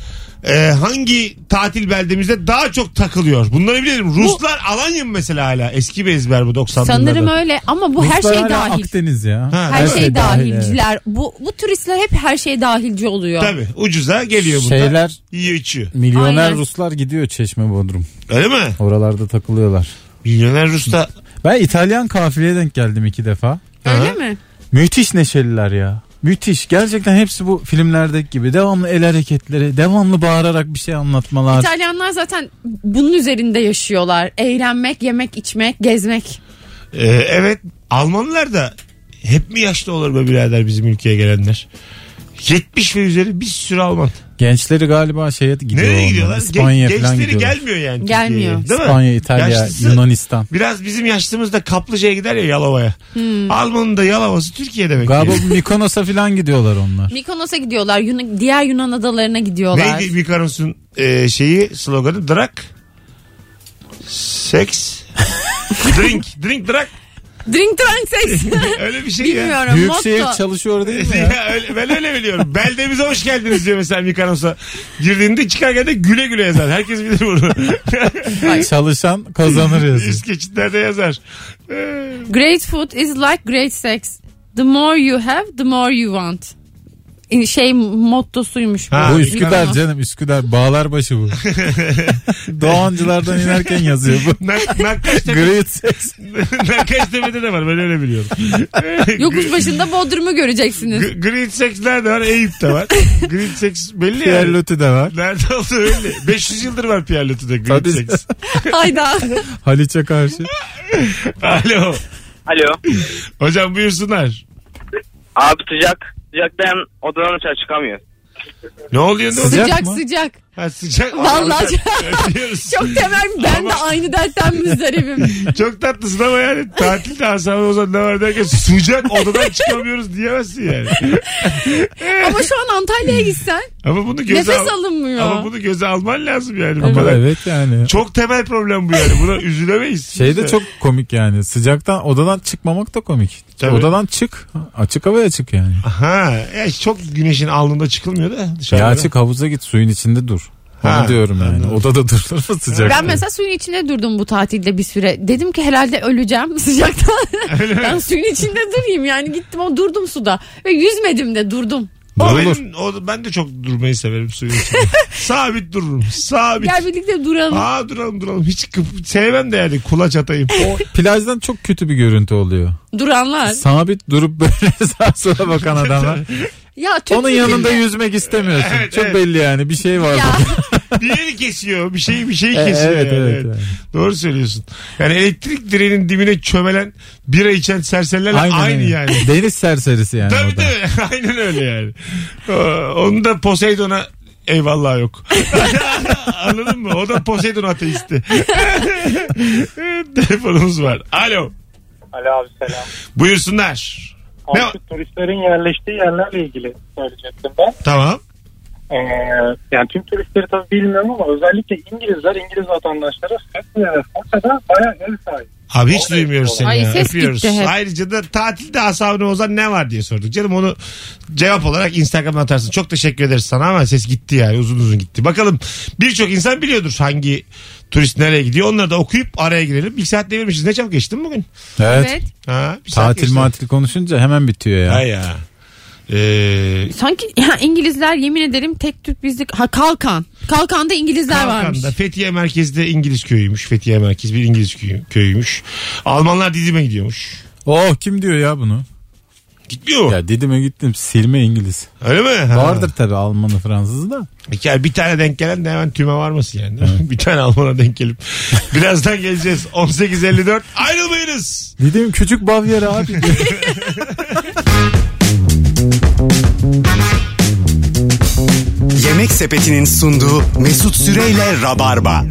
Speaker 2: e, hangi tatil beldemizde daha çok takılıyor? Bunları bilelim. Ruslar Alanya mı mesela hala? Eski bir ezber bu 90'larda.
Speaker 3: Sanırım öyle ama bu her
Speaker 4: Ruslar
Speaker 3: şey
Speaker 4: hala
Speaker 3: dahil.
Speaker 4: Akdeniz ya.
Speaker 2: Ha,
Speaker 3: Her
Speaker 2: evet.
Speaker 3: şey
Speaker 4: evet.
Speaker 3: dahilciler. Bu bu turistler hep her şey dahilci oluyor.
Speaker 2: Tabii ucuza geliyor bunlar.
Speaker 4: Şeyler
Speaker 2: Yiyor içiyor.
Speaker 4: milyoner
Speaker 3: Aynen.
Speaker 4: Ruslar gidiyor Çeşme Bodrum.
Speaker 2: Öyle mi?
Speaker 4: Oralarda takılıyorlar.
Speaker 2: Milyoner Rus da
Speaker 4: Ben İtalyan kafileye denk geldim iki defa.
Speaker 3: Öyle
Speaker 2: Aha.
Speaker 3: mi?
Speaker 4: Müthiş neşeliler ya. Müthiş. Gerçekten hepsi bu filmlerdeki gibi. Devamlı el hareketleri, devamlı bağırarak bir şey anlatmalar.
Speaker 3: İtalyanlar zaten bunun üzerinde yaşıyorlar. Eğlenmek, yemek, içmek, gezmek.
Speaker 2: Ee, evet Almanlar da hep mi yaşlı olur be birader bizim ülkeye gelenler? 70 ve üzeri bir sürü Alman.
Speaker 4: Gençleri galiba şeye gidiyor.
Speaker 2: Nereye
Speaker 4: onlar.
Speaker 2: gidiyorlar?
Speaker 4: İspanya
Speaker 2: Gen-
Speaker 4: falan
Speaker 2: gençleri
Speaker 4: gidiyorlar.
Speaker 2: gelmiyor yani.
Speaker 3: Gelmiyor.
Speaker 2: Türkiye'ye, Değil mi?
Speaker 4: İspanya, İtalya,
Speaker 2: Yaşlısı-
Speaker 4: Yunanistan.
Speaker 2: Biraz bizim yaşlımızda kaplıcaya gider ya Yalova'ya.
Speaker 3: Hmm.
Speaker 2: Almanın da Yalova'sı Türkiye demek.
Speaker 4: Galiba
Speaker 2: yani.
Speaker 4: bu Mikonos'a falan gidiyorlar onlar.
Speaker 3: Mikonos'a gidiyorlar. Yun- diğer Yunan adalarına gidiyorlar.
Speaker 2: Neydi Mikanos'un e, şeyi sloganı? Drak. Seks. drink. Drink drak.
Speaker 3: Drink drunk sex.
Speaker 2: Öyle bir şey ya.
Speaker 3: Bilmiyorum.
Speaker 4: Büyükşehir
Speaker 3: motto.
Speaker 4: çalışıyor değil mi ya?
Speaker 2: Ya öyle, ben öyle biliyorum. Beldemize hoş geldiniz diyor mesela Mikanos'a. Girdiğinde çıkarken de güle güle yazar. Herkes bilir bunu.
Speaker 4: Çalışan kazanır yazıyor.
Speaker 2: Üst geçitlerde yazar. Ee,
Speaker 3: Great food is like great sex. The more you have, the more you want. şey mottosuymuş.
Speaker 2: Ha,
Speaker 4: bu
Speaker 3: Bilmem
Speaker 4: Üsküdar
Speaker 3: ama.
Speaker 4: canım Üsküdar Bağlarbaşı bu. Doğancılardan inerken yazıyor bu.
Speaker 2: Nak- Nakkaş Tepe-
Speaker 4: Great Sex.
Speaker 2: Nakkaş Tepe'de de var ben öyle biliyorum.
Speaker 3: Yokuş başında Bodrum'u göreceksiniz.
Speaker 2: G- Green Sex nerede var? Eyüp'te var. Green Sex belli
Speaker 4: Pierre
Speaker 2: yani.
Speaker 4: Loti de var.
Speaker 2: Nerede oldu belli. 500 yıldır var Pierre Loti'de Green
Speaker 4: Tabii.
Speaker 2: Sex.
Speaker 3: Hayda.
Speaker 4: Haliç'e karşı.
Speaker 2: Alo.
Speaker 5: Alo.
Speaker 2: Hocam buyursunlar.
Speaker 5: Abi sıcak. Sıcaktan odadan dışarı çıkamıyor.
Speaker 2: Ne oluyor ne oluyor?
Speaker 4: Sıcak
Speaker 3: sıcak
Speaker 4: mı?
Speaker 3: sıcak.
Speaker 2: Ha, sıcak.
Speaker 3: Vallahi
Speaker 2: Öpüyoruz.
Speaker 3: çok temel. Ben
Speaker 2: Ama-
Speaker 3: de aynı dertten müzdaribim.
Speaker 2: Çok tatlısın ama yani tatilde Hasan Ozan ne var derken sıcak odadan çıkamıyoruz diyemezsin yani.
Speaker 3: Ama şu an Antalya'ya gitsen
Speaker 2: Ama bunu göze
Speaker 3: nefes
Speaker 2: al-
Speaker 3: alınmıyor.
Speaker 2: Ama bunu göze alman lazım yani. Bu
Speaker 4: Ama
Speaker 2: kadar.
Speaker 4: evet yani.
Speaker 2: Çok temel problem bu yani. Buna üzülemeyiz.
Speaker 4: Şey de çok komik yani. Sıcaktan odadan çıkmamak da komik.
Speaker 2: Tabii.
Speaker 4: Odadan çık. Açık havaya çık yani.
Speaker 2: Ha, e, çok güneşin alnında çıkılmıyor da dışarıda.
Speaker 4: Ya açık havuza git suyun içinde dur. Onu
Speaker 2: Ha,
Speaker 4: diyorum yani. Odada durulur mu sıcak?
Speaker 3: Ben mesela suyun içinde durdum bu tatilde bir süre. Dedim ki herhalde öleceğim sıcaktan. ben suyun içinde durayım yani gittim o durdum suda. Ve yüzmedim de durdum.
Speaker 2: O
Speaker 4: Durulur.
Speaker 2: benim- o- ben de çok durmayı severim suyun içinde. sabit dururum. Sabit.
Speaker 3: Gel birlikte duralım.
Speaker 2: Aa duralım duralım. Hiç kıp- sevmem de yani kulaç atayım.
Speaker 4: Plajdan çok kötü bir görüntü oluyor.
Speaker 3: Duranlar.
Speaker 4: Sabit durup böyle sağa sola bakan adamlar.
Speaker 3: Ya tüm
Speaker 4: Onun yanında yüzmek istemiyorsun.
Speaker 2: Evet,
Speaker 4: çok
Speaker 2: evet.
Speaker 4: belli yani. Bir şey var.
Speaker 3: Ya.
Speaker 4: burada.
Speaker 2: bir yeri kesiyor. Bir şeyi bir şeyi
Speaker 4: E,
Speaker 2: kesiyor.
Speaker 4: evet,
Speaker 2: yani.
Speaker 4: evet, evet.
Speaker 2: Doğru söylüyorsun. Yani elektrik direğinin dibine çömelen bira içen serserilerle aynı,
Speaker 4: Aynen, aynen.
Speaker 2: yani.
Speaker 4: Deniz serserisi yani.
Speaker 2: Tabii
Speaker 4: o da.
Speaker 2: değil mi? Aynen öyle yani. Ee, Onun da Poseidon'a eyvallah yok. Anladın mı? O da Poseidon ateisti. Telefonumuz var. Alo.
Speaker 8: Alo abi selam.
Speaker 2: Buyursunlar. Ne-
Speaker 8: Artık turistlerin yerleştiği yerlerle ilgili söyleyecektim ben.
Speaker 2: Tamam.
Speaker 8: Ee, yani tüm turistleri tabii bilmiyorum ama özellikle İngilizler, İngiliz vatandaşları Fethiye ve Foça'da bayağı ev sahibi.
Speaker 2: Abi hiç duymuyoruz seni
Speaker 3: Ay,
Speaker 2: ya.
Speaker 3: ses
Speaker 2: Öpüyoruz.
Speaker 3: gitti hep.
Speaker 2: Ayrıca da tatilde asabını Ozan ne var diye sorduk. Canım onu cevap olarak Instagram'a atarsın. Çok teşekkür ederiz sana ama ses gitti yani uzun uzun gitti. Bakalım birçok insan biliyordur hangi turist nereye gidiyor. Onları da okuyup araya girelim. Bir saat devirmişiz. Ne çabuk geçti mi bugün?
Speaker 4: Evet.
Speaker 3: Evet.
Speaker 2: Ha, bir saat
Speaker 4: Tatil
Speaker 2: geçti.
Speaker 4: matil konuşunca hemen bitiyor ya.
Speaker 2: Hay ya. Ee,
Speaker 3: Sanki ya İngilizler yemin ederim tek Türk bizlik. Ha Kalkan. Kalkan'da İngilizler varmış.
Speaker 2: Kalkan'da Fethiye merkezde İngiliz köyüymüş. Fethiye merkez bir İngiliz köyü, köyüymüş. Almanlar Didim'e gidiyormuş.
Speaker 4: Oh kim diyor ya bunu?
Speaker 2: Gitmiyor mu?
Speaker 4: Ya Didim'e gittim silme İngiliz.
Speaker 2: Öyle mi? Ha.
Speaker 4: Vardır tabii Almanı Fransızı da.
Speaker 2: Yani bir tane denk gelen de hemen tüme varmasın yani. değil mi? bir tane Alman'a denk gelip. Birazdan geleceğiz. 18.54 ayrılmayınız.
Speaker 4: Didim küçük Bavyera abi.
Speaker 1: Yemek Sepeti'nin sunduğu Mesut Süreyle Rabarba.